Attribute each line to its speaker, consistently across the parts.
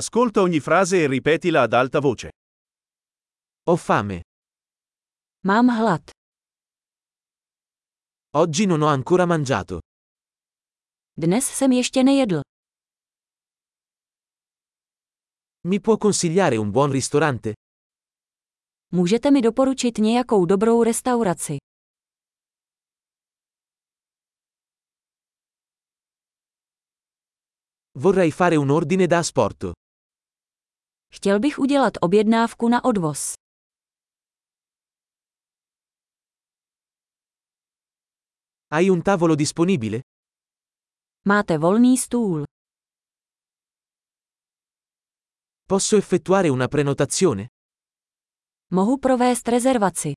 Speaker 1: Ascolta ogni frase e ripetila ad alta voce.
Speaker 2: Ho fame.
Speaker 3: Mám hlad.
Speaker 2: Oggi non ho ancora mangiato.
Speaker 3: Dnes jsem ještě nejedl.
Speaker 2: Mi può consigliare un buon ristorante?
Speaker 3: Můžete mi doporučit nějakou dobrou restauraci?
Speaker 2: Vorrei fare un ordine da asporto.
Speaker 3: Chtěl bych udělat objednávku na odvoz.
Speaker 2: Hai un tavolo disponibile?
Speaker 3: Máte volný stůl.
Speaker 2: Posso effettuare una prenotazione?
Speaker 3: Mohu provést rezervaci.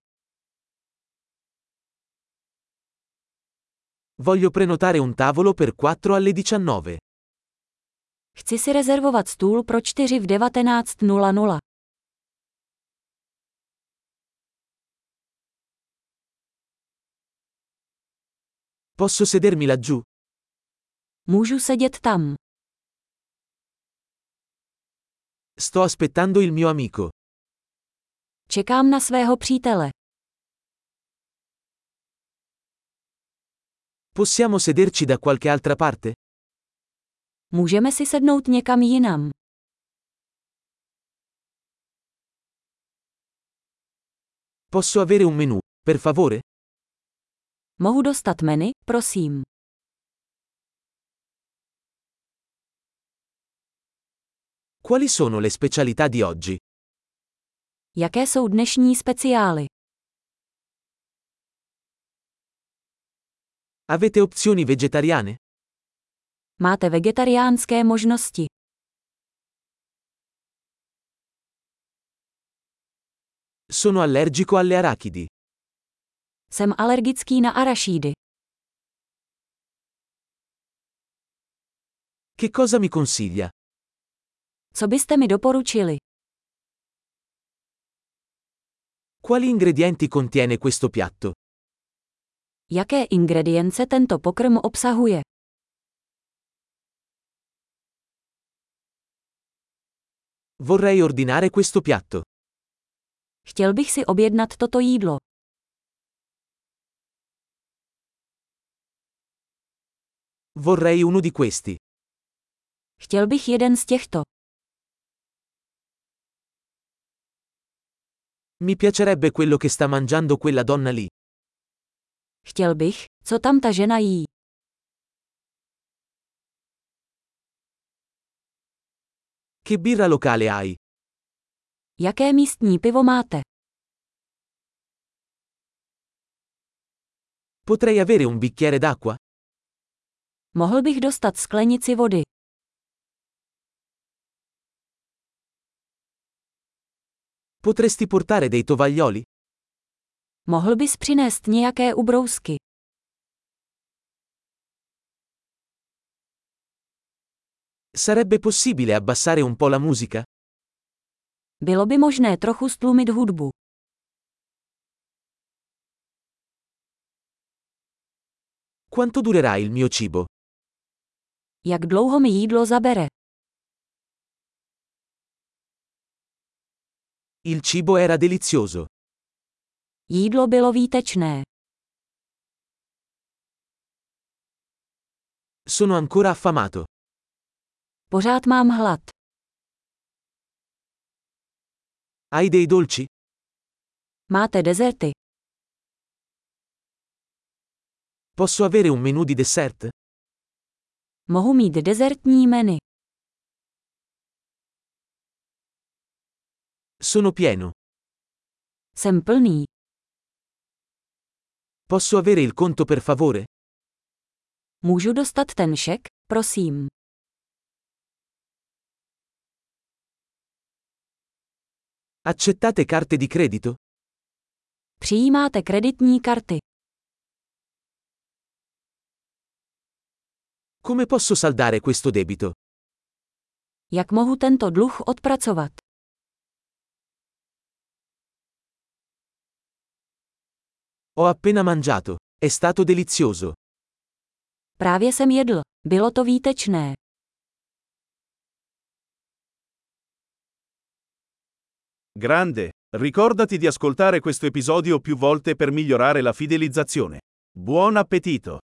Speaker 2: Voglio prenotare un tavolo per 4 alle 19.
Speaker 3: Chci si rezervovat stůl pro 4 v 19.00.
Speaker 2: Posso sedermi laggiù?
Speaker 3: Můžu sedět tam.
Speaker 2: Sto aspettando il mio amico.
Speaker 3: Čekám na svého přítele.
Speaker 2: Possiamo sederci da qualche altra parte?
Speaker 3: Můžeme si sednout někam jinam.
Speaker 2: Posso avere un menù, per favore?
Speaker 3: Mohu dostat menu, prosím.
Speaker 2: Quali sono le specialità di oggi?
Speaker 3: Jaké jsou dnešní speciály?
Speaker 2: Avete opzioni vegetariane?
Speaker 3: Máte vegetariánské možnosti.
Speaker 2: Sono allergico alle arachidi.
Speaker 3: Jsem alergický na arašídy.
Speaker 2: Che cosa mi consiglia?
Speaker 3: Co byste mi doporučili?
Speaker 2: Quali ingredienti contiene questo piatto?
Speaker 3: Jaké ingredience tento pokrm obsahuje?
Speaker 2: Vorrei ordinare questo piatto.
Speaker 3: Chtěl bych si objednat toto jídlo.
Speaker 2: Vorrei uno di questi.
Speaker 3: Chtěl bych jeden z těchto.
Speaker 2: Mi piacerebbe quello che sta mangiando quella donna lì.
Speaker 3: Chtěl bych, co tam ta žena jí.
Speaker 2: Che birra locale hai?
Speaker 3: Jaké místní pivo máte?
Speaker 2: Potrei avere un bicchiere d'acqua?
Speaker 3: Mohl bych dostat sklenici vody.
Speaker 2: Potresti portare dei tovaglioli?
Speaker 3: Mohl bys přinést nějaké ubrousky.
Speaker 2: Sarebbe possibile abbassare un po' la musica?
Speaker 3: Bylo by možné trochu stlumit hudbu.
Speaker 2: Quanto durerà il mio cibo?
Speaker 3: Jak dlouho mi jídlo zabere?
Speaker 2: Il cibo era delizioso.
Speaker 3: Jídlo bylo výtečné.
Speaker 2: Sono ancora affamato.
Speaker 3: Pořád mám hlad.
Speaker 2: Hai dei dolci?
Speaker 3: Máte dezerty.
Speaker 2: Posso avere un menù di dessert?
Speaker 3: Mohu mít dezertní menu.
Speaker 2: Sono pieno.
Speaker 3: Jsem plný.
Speaker 2: Posso avere il conto per favore?
Speaker 3: Můžu dostat ten šek, prosím.
Speaker 2: Accettate carte di credito?
Speaker 3: Přijímáte kreditní karty.
Speaker 2: Come posso saldare questo debito?
Speaker 3: Jak mohu tento dluh odpracovat?
Speaker 2: Ho appena mangiato. È stato delizioso.
Speaker 3: Právě jsem jedl. Bylo to výtečné.
Speaker 2: Grande, ricordati di ascoltare questo episodio più volte per migliorare la fidelizzazione. Buon appetito!